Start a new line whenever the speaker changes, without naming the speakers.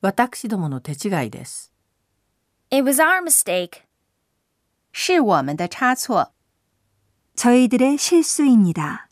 私どもの手違いです。
It was our mistake.
是我们的差错。
저희들의 실수입니다.